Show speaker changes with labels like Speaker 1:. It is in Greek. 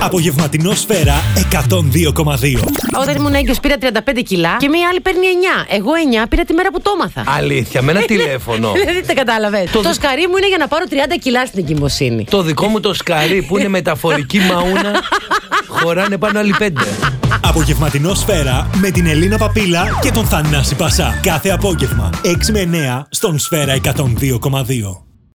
Speaker 1: Απογευματινό σφαίρα 102,2.
Speaker 2: Όταν ήμουν έγκυος πήρα 35 κιλά και μία άλλη παίρνει 9. Εγώ 9 πήρα τη μέρα που το έμαθα.
Speaker 3: Αλήθεια, με ένα τηλέφωνο.
Speaker 2: Δηλαδή δεν κατάλαβες. Το,
Speaker 3: Το-
Speaker 2: σκαρί μου είναι για να πάρω 30 κιλά στην εγκυμοσύνη.
Speaker 3: Το δικό μου το σκαρί που είναι μεταφορική μαούνα χωράνε πάνω άλλοι πέντε.
Speaker 1: Απογευματινό σφαίρα με την Ελίνα Παπίλα και τον Θανάση Πασά. Κάθε απόγευμα 6 με 9 στον σφαίρα 102,2.